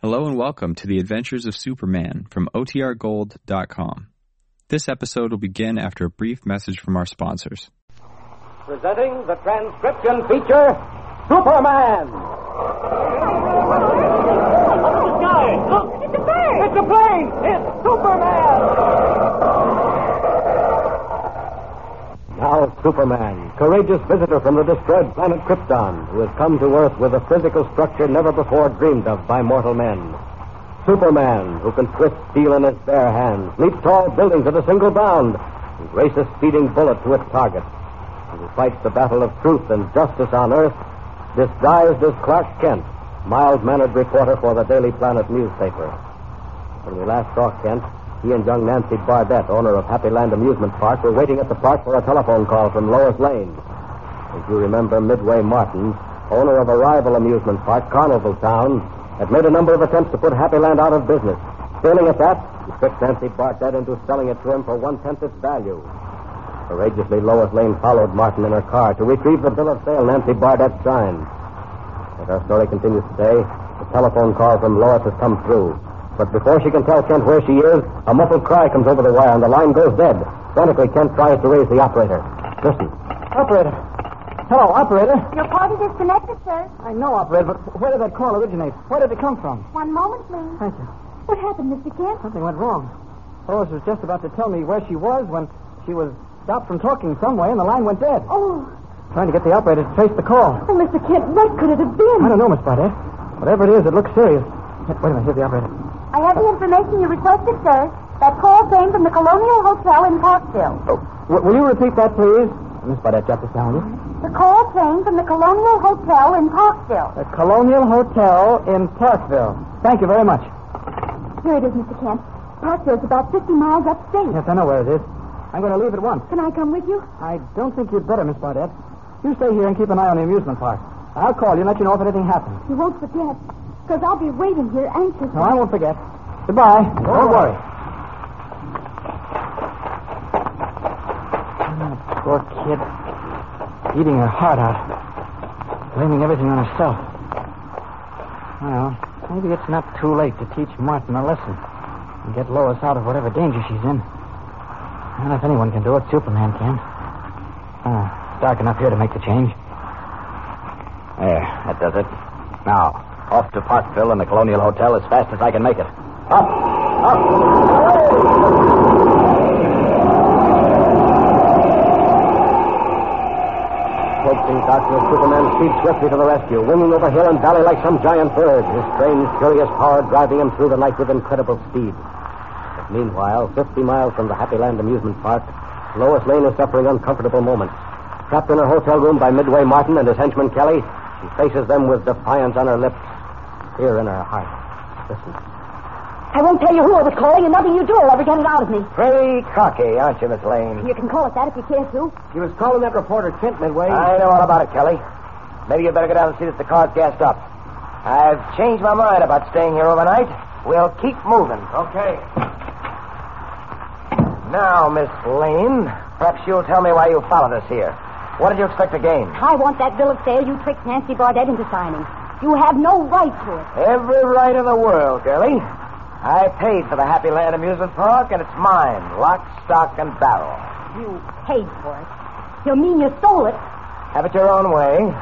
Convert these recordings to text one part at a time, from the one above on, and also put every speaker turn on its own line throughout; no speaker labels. Hello and welcome to the Adventures of Superman from OTRGold.com. This episode will begin after a brief message from our sponsors.
Presenting the transcription feature, Superman.
Look, it's a plane! It's a plane! It's Superman!
Now Superman, courageous visitor from the destroyed planet Krypton, who has come to Earth with a physical structure never before dreamed of by mortal men. Superman, who can twist steel in his bare hands, leap tall buildings at a single bound, and race a speeding bullet to its target. He who fights the battle of truth and justice on Earth, disguised as Clark Kent, mild-mannered reporter for the Daily Planet newspaper. When we last saw Kent, he and young Nancy Bardett, owner of Happy Land Amusement Park, were waiting at the park for a telephone call from Lois Lane. If you remember, Midway Martin, owner of a rival amusement park, Carnival Town, had made a number of attempts to put Happy Land out of business. Failing at that, he tricked Nancy Bardett into selling it to him for one-tenth its value. Courageously, Lois Lane followed Martin in her car to retrieve the bill of sale Nancy Bardett signed. As our story continues today, the telephone call from Lois has come through. But before she can tell Kent where she is, a muffled cry comes over the wire and the line goes dead. Frantically, Kent tries to raise the operator. Listen. Operator. Hello, operator.
Your party disconnected, sir.
I know, operator, but where did that call originate? Where did it come from?
One moment, please.
Thank you.
What happened, Mr. Kent?
Something went wrong. Lois was just about to tell me where she was when she was stopped from talking some way and the line went dead.
Oh,
Trying to get the operator to trace the call.
oh, Mr. Kent, what could it have been?
I don't know, Miss Bardet. Whatever it is, it looks serious. Wait a minute, here's the operator.
I have the information you requested, sir. That call came from the Colonial Hotel in Parkville.
Oh. W- will you repeat that, please? Miss Bardet, jot this down, will you?
The call came from the Colonial Hotel in Parkville.
The Colonial Hotel in Parkville. Thank you very much.
Here it is, Mr. Kent. Parkville's about 50 miles upstate.
Yes, I know where it is. I'm going to leave at once.
Can I come with you?
I don't think you'd better, Miss Bardet. You stay here and keep an eye on the amusement park. I'll call you and let you know if anything happens.
You won't forget, because I'll be waiting here anxiously.
No, I won't forget. Goodbye. Don't worry. Ah, Poor kid. Eating her heart out. Blaming everything on herself. Well, maybe it's not too late to teach Martin a lesson and get Lois out of whatever danger she's in. And if anyone can do it, Superman can. Ah, it's dark enough here to make the change. There, that does it. Now, off to Parkville and the Colonial Hotel as fast as I can make it. Up, up. Approaching darkness, Superman speeds swiftly to the rescue, winging over hill and valley like some giant bird, his strange, curious power driving him through the night with incredible speed. But meanwhile, 50 miles from the Happy Land amusement park, Lois Lane is suffering uncomfortable moments. Trapped in her hotel room by Midway Martin and his henchman Kelly, she faces them with defiance on her lips, fear in her heart. Listen.
I won't tell you who it was calling, and nothing you do will ever get it out of me.
Pretty cocky, aren't you, Miss Lane?
You can call it that if you care to.
He was calling that reporter Kent Midway. I know all about it, Kelly. Maybe you better go down and see that the car's gassed up. I've changed my mind about staying here overnight. We'll keep moving. Okay. Now, Miss Lane, perhaps you'll tell me why you followed us here. What did you expect to gain?
I want that bill of sale you tricked Nancy Bardet into signing. You have no right to it.
Every right in the world, girlie. I paid for the Happy Land amusement park, and it's mine, lock, stock, and barrel.
You paid for it. You mean you stole it?
Have it your own way.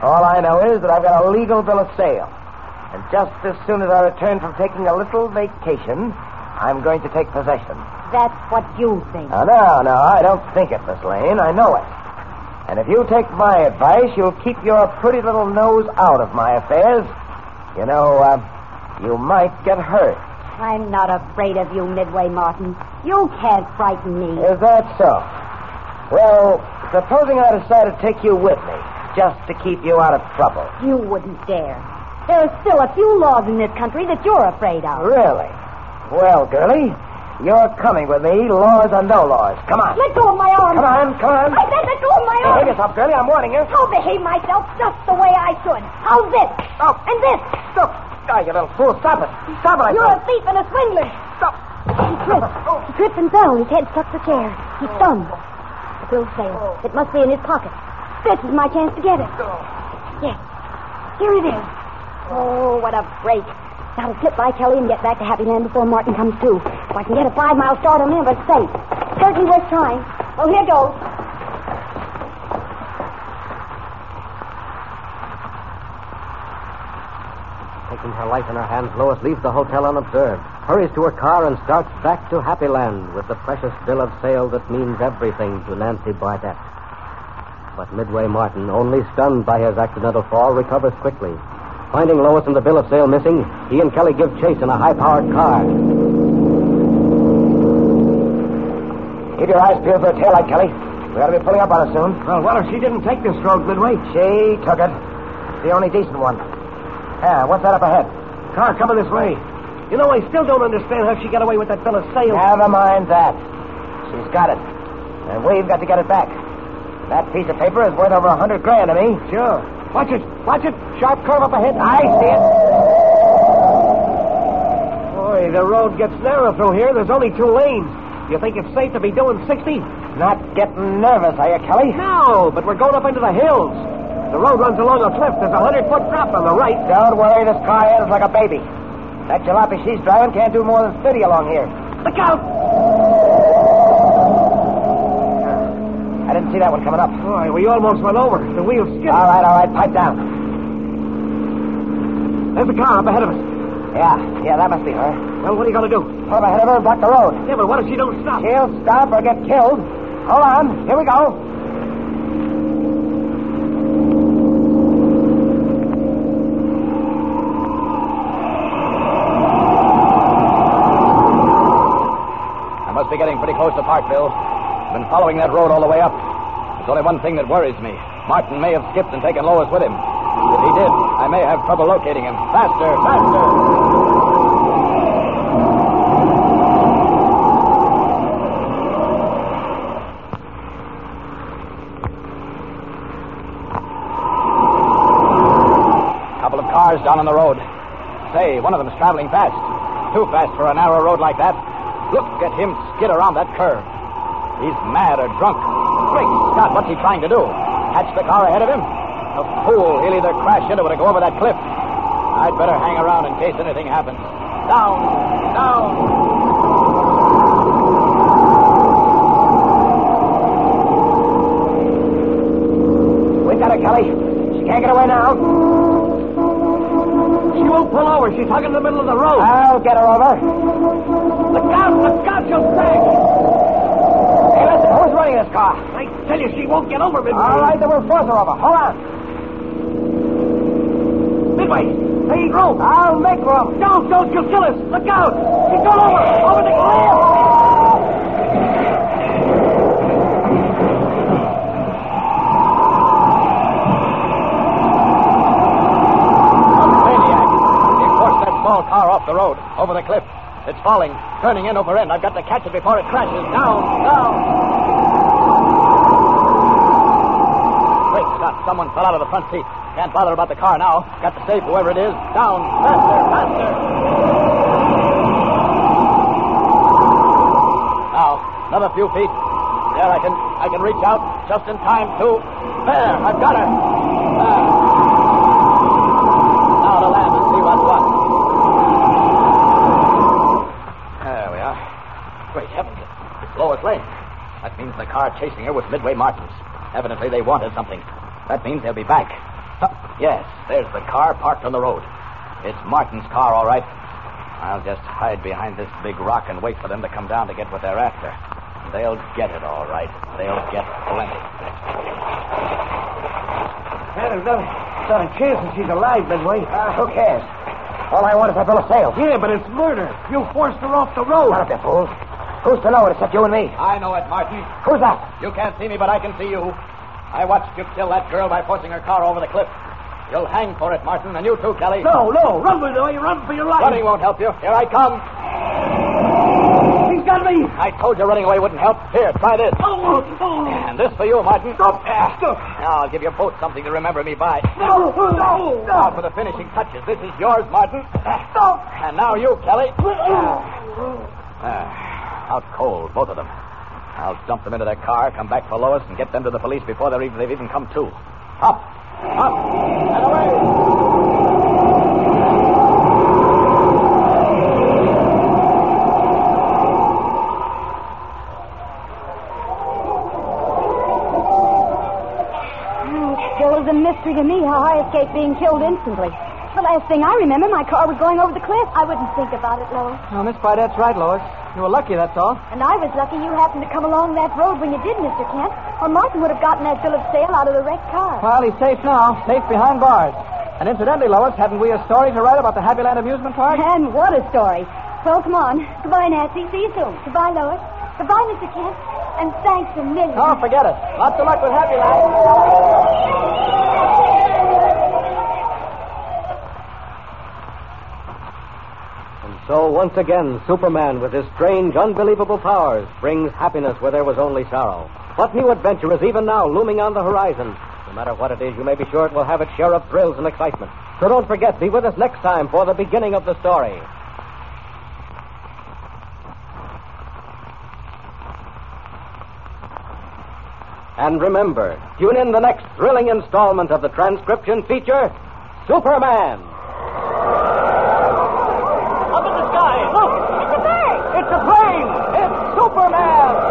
All I know is that I've got a legal bill of sale. And just as soon as I return from taking a little vacation, I'm going to take possession.
That's what you think.
Oh, no, no, I don't think it, Miss Lane. I know it. And if you take my advice, you'll keep your pretty little nose out of my affairs. You know, uh, you might get hurt.
I'm not afraid of you, Midway Martin. You can't frighten me.
Is that so? Well, supposing I decide to take you with me, just to keep you out of trouble.
You wouldn't dare. There are still a few laws in this country that you're afraid of.
Really? Well, girlie, you're coming with me, laws or no laws. Come on.
Let go of my arm.
Come on, come on.
I Oh. said let go of my
Hey,
arm.
Behave yourself, girlie. I'm warning you.
I'll behave myself just the way I should. How's this?
Oh.
And this.
Stop. Ah, you little fool. Stop it. Stop it, I
You're a
said.
thief and a swindler.
Stop.
He tripped. He tripped and fell. His head struck the chair. He's stunned. The bill failed. It must be in his pocket. This is my chance to get it. Yes. Here it is. Oh, what a break. Now to slip by Kelly and get back to Happy Land before Martin comes through. If I can get a five mile start on him, it's safe. Certainly worth trying. Well, here goes.
Taking her life in her hands, Lois leaves the hotel unobserved, hurries to her car, and starts back to Happy Land with the precious bill of sale that means everything to Nancy Barnett. But Midway Martin, only stunned by his accidental fall, recovers quickly. Finding Lois and the bill of sale missing, he and Kelly give chase in a high powered car. Keep your eyes peeled for a taillight, Kelly. We ought to be pulling up on her soon. Well, what if she didn't take this road, Midway? She took it. The only decent one. Yeah, what's that up ahead? Car coming this way. You know, I still don't understand how she got away with that bill of sale. Never mind that. She's got it. And we've got to get it back. That piece of paper is worth over a hundred grand to me. Sure. Watch it. Watch it. Sharp curve up ahead. I see it. Boy, the road gets narrow through here. There's only two lanes. You think it's safe to be doing 60? Not getting nervous, are you, Kelly? No, but we're going up into the hills. The road runs along a cliff. There's a hundred foot drop on the right. Don't worry, this car here is like a baby. That jalopy she's driving can't do more than 30 along here. Look out! I didn't see that one coming up. Boy, we almost went over. The wheel skidded. All right, all right, pipe down. There's a car up ahead of us. Yeah, yeah, that must be her. Well, what are you going to do? Pull up ahead of her and block the road. Yeah, but what if she don't stop? She'll stop or get killed. Hold on. Here we go. I must be getting pretty close to Parkville. I've been following that road all the way up. There's only one thing that worries me. Martin may have skipped and taken Lois with him. If he did, I may have trouble locating him. Faster, faster! Couple of cars down on the road. Say, one of them's traveling fast. Too fast for a narrow road like that. Look at him skid around that curve. He's mad or drunk. Great Scott, what's he trying to do? Catch the car ahead of him? A fool. He'll either crash into it or go over that cliff. I'd better hang around in case anything happens. Down, down. We've got her, Kelly. She can't get away now. She won't pull over. She's hugging the middle of the road. I'll get her over. Look out, look out, she'll sink. Hey, listen, who's running this car? I tell you, she won't get over Midway. All right, then we'll force her over. Hold on. Midway, I ain't room. I'll make room. Don't, don't, she'll kill us. Look out. She's going over. Over the cliff. Maniac. He forced that small car off the road, over the cliff. It's falling, turning end over end. I've got to catch it before it crashes. Down, down. Great Scott, someone fell out of the front seat. Can't bother about the car now. Got to save whoever it is. Down, faster, faster. Now, another few feet. There, I can, I can reach out just in time to. There, I've got her. There. Now to land and see what's what. There we are. Great heavens. It's Lois Lane. That means the car chasing her was Midway Martins. Evidently they wanted something. That means they'll be back. Huh, Yes, there's the car parked on the road. It's Martin's car, all right. I'll just hide behind this big rock and wait for them to come down to get what they're after. They'll get it, all right. They'll get plenty. Well, there's not, not a chance that she's alive, Midway. Uh, who cares? All I want is that bill of sale. Yeah, but it's murder. You forced her off the road. None of you fools. Who's to know it except you and me?
I know it, Martin.
Who's that?
You can't see me, but I can see you. I watched you kill that girl by forcing her car over the cliff. You'll hang for it, Martin, and you too, Kelly.
No, no. Run, Midway. Run for your life.
Running won't help you. Here I come.
He's got me.
I told you running away wouldn't help. Here, try this.
Oh, oh.
And this for you, Martin.
Stop.
Ah.
Stop.
Now I'll give you both something to remember me by.
No,
oh,
no,
Now
no.
for the finishing touches. This is yours, Martin. Ah. And now you, Kelly.
oh.
Ah, out cold, both of them. I'll dump them into their car, come back for Lois, and get them to the police before they're even, they've even come to. Up, up, and away.
Ah, escape being killed instantly. The last thing I remember, my car was going over the cliff. I wouldn't think about it, Lois.
Now, Oh, Miss Bardette's right, Lois. You were lucky, that's all.
And I was lucky you happened to come along that road when you did, Mr. Kent, or Martin would have gotten that bill of sale out of the wrecked car.
Well, he's safe now, safe behind bars. And incidentally, Lois, haven't we a story to write about the Happy Land amusement park?
And what a story. Well, come on. Goodbye, Nancy. See you soon. Goodbye, Lois. Goodbye, Mr. Kent. And thanks a million.
Oh, forget it. Lots of luck with Happy Land.
And so once again, Superman, with his strange, unbelievable powers, brings happiness where there was only sorrow. What new adventure is even now looming on the horizon? No matter what it is, you may be sure it will have its share of thrills and excitement. So don't forget, be with us next time for the beginning of the story. And remember, tune in the next thrilling installment of the transcription feature, Superman.
Up in the sky. Look, it's a plane. It's a plane. It's Superman.